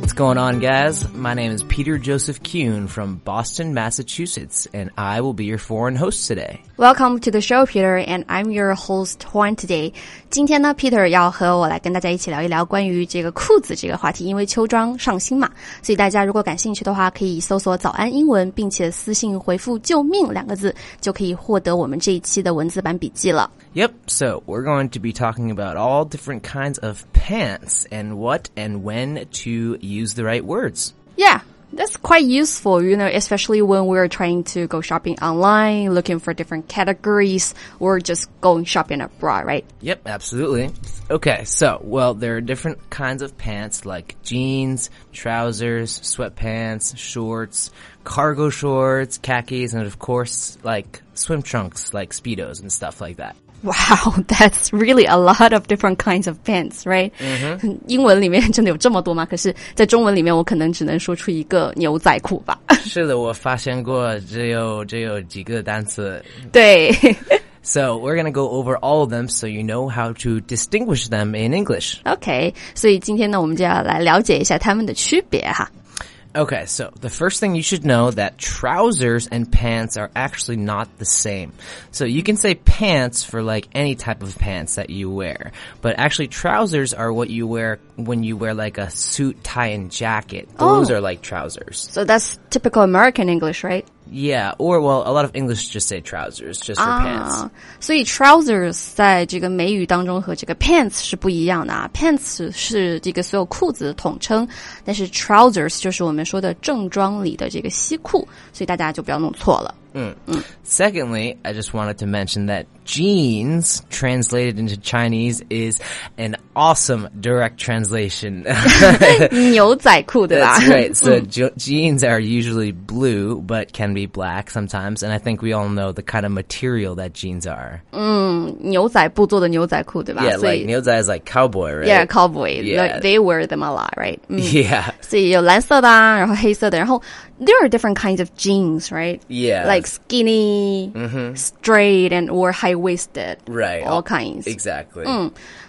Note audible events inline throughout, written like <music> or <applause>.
What's going on, guys? My name is Peter Joseph Kuhn from Boston, Massachusetts, and I will be your foreign host today. Welcome to the show, Peter, and I'm your host Horn today. 今天呢，Peter 要和我来跟大家一起聊一聊关于这个裤子这个话题，因为秋装上新嘛，所以大家如果感兴趣的话，可以搜索“早安英文”，并且私信回复“救命”两个字，就可以获得我们这一期的文字版笔记了。 Yep, so we're going to be talking about all different kinds of pants and what and when to use the right words. Yeah. That's quite useful, you know, especially when we're trying to go shopping online, looking for different categories, or just going shopping abroad, right? Yep, absolutely. Okay, so, well, there are different kinds of pants like jeans, trousers, sweatpants, shorts, cargo shorts, khakis, and of course, like swim trunks like Speedos and stuff like that. Wow, <laughs> that's really a lot of different kinds of pants, right? 英文里面真的有这么多吗？可是，在中文里面，我可能只能说出一个牛仔裤吧。是的，我发现过只有只有几个单词。 <laughs> 对 <laughs> So we're gonna go over all of them so you know how to distinguish them in English. ，OK，所以今天呢，我们就要来了解一下它们的区别哈。 Okay, so the first thing you should know that trousers and pants are actually not the same. So you can say pants for like any type of pants that you wear, but actually trousers are what you wear when you wear like a suit, tie, and jacket. Those are like trousers. So that's typical American English, right? Yeah, or well, a lot of English just say trousers, just Ah. for pants. 啊，所以 trousers 在这个美语当中和这个 pants 是不一样的啊，pants 是这个所有裤子的统称，但是 trousers 就是我们说的正装里的这个西裤，所以大家就不要弄错了。 Secondly, I just wanted to mention that jeans translated into Chinese is an awesome direct translation. <laughs> 牛仔裤对吧 That's right. So je- jeans are usually blue, but can be black sometimes. And I think we all know the kind of material that jeans are. <laughs> 牛仔布做的牛仔裤对吧 yeah, 所 like 以 Nilzai is like cowboy, right? <laughs> yeah cowboy Yeah. they wear them a lot right 嗯 Yeah. 所以有蓝色的啊，然后黑色的，然后 there are different kinds of jeans right Yeah. Mm-hmm。 like skinny straight and or high waisted Right. all kinds Exactly.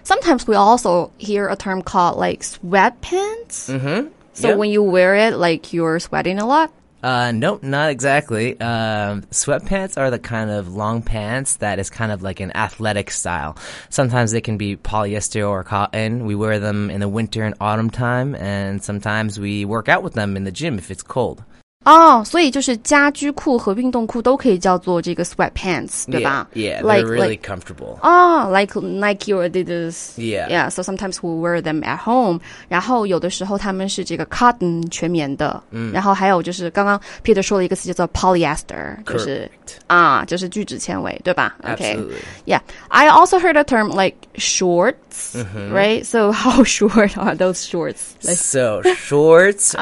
sometimes we also hear a term called like sweatpants mm-hmm. so Yeah. when you wear it like you're sweating a lot Uh, nope, not exactly. Um, sweatpants are the kind of long pants that is kind of like an athletic style. Sometimes they can be polyester or cotton. We wear them in the winter and autumn time, and sometimes we work out with them in the gym if it's cold. 哦所以就是家居裤和运动裤都可以叫做这个 sweatpants，对吧 Yeah, yeah like they're really like comfortable. 哦、l i k e Nike or Adidas。 Yeah. Yeah. So sometimes we wear them at home. 然后有的时候他们是这个 cotton 全棉的。嗯。然后还有就是刚刚 Peter 说了一个词叫做 polyester，就是啊，就是聚酯纤维，对吧？Okay. Absolutely. Yeah. I also heard a term like shorts, Mm-hmm。 right? So <laughs> how short are those shorts? Like, So shorts <laughs>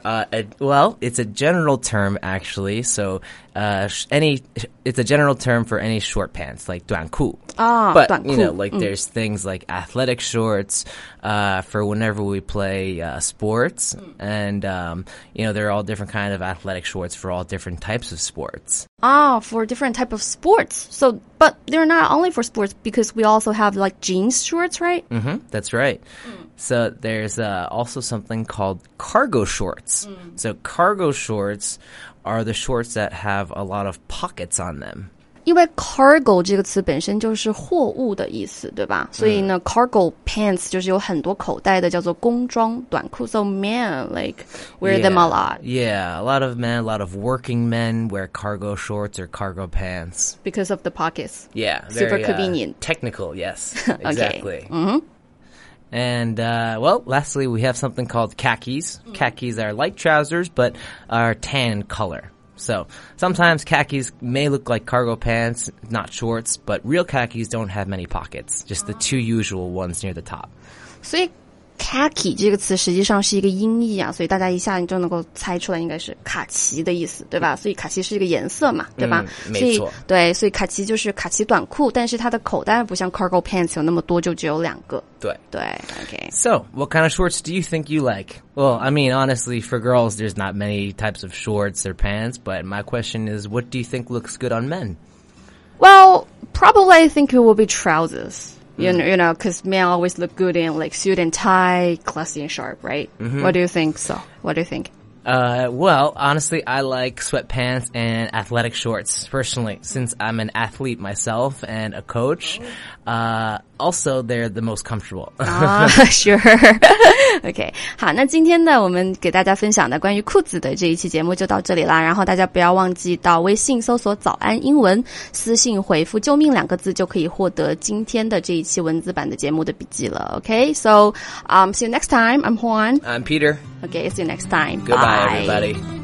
are uh, a, well, it's a general term actually. So uh, sh- any it's a general term for any short pants like 短裤. Ah, but 短裤, you know, like there's things like athletic shorts uh, for whenever we play uh, sports, Mm. and um, you know there are all different kind of athletic shorts for all different types of sports. Ah, for different type of sports. So, but they're not only for sports because we also have like jeans shorts, right? hmm that's right. Hmm. So there's uh, also something called cargo shorts. Hmm. So cargo shorts are the shorts that have a lot of pockets on them. 因为 cargo 这个词本身就是货物的意思，对嗯吧？所以呢、c a r g o pants 就是有很多口袋的，叫做工装短裤。So men like wear them a lot Yeah, a lot of men, a lot of working men wear cargo shorts or cargo pants. because of the pockets. Yeah, Super very, uh, convenient. technical, <laughs> yes, exactly. Mm-hmm. And uh, well, lastly, we have something called khakis. Mm. Khakis are light trousers, but are tan color. So sometimes khakis may look like cargo pants, not shorts, but real khakis don't have many pockets. Just the two Ah. usual ones near the top. 所以 khaki 这个词实际上是一个音译啊，所以大家一下你就能够猜出来，应该是卡其的意思，对吧？所以卡其是一个颜色嘛，对吧？嗯没所以错对，所以卡其就是卡其短裤，但是它的口袋不像 cargo pants 有那么多，就只有两个。对，OK。 So, what kind of shorts do you think you like? Well, I mean, honestly, for girls, there's not many types of shorts or pants, but my question is, what do you think looks good on men? Well, probably I think it will be trousers. You know, you know, because men always look good in like suit and tie, classy and sharp, right? What do you think? So, what do you <laughs> think? Uh, well, honestly, I like sweatpants and athletic shorts personally, since I'm an athlete myself and a coach. Uh, also, they're the most comfortable. <laughs> 啊 <laughs> ，Sure，OK，、OK，好，那今天呢，我们给大家分享的关于裤子的这一期节目就到这里啦。然后大家不要忘记到微信搜索“早安英文”，私信回复“救命”两个字就可以获得今天的这一期文字版的节目的笔记了。OK，so、um see you next time. I'm Juan. I'm Peter. OK, see you next time. Goodbye, Bye. everybody.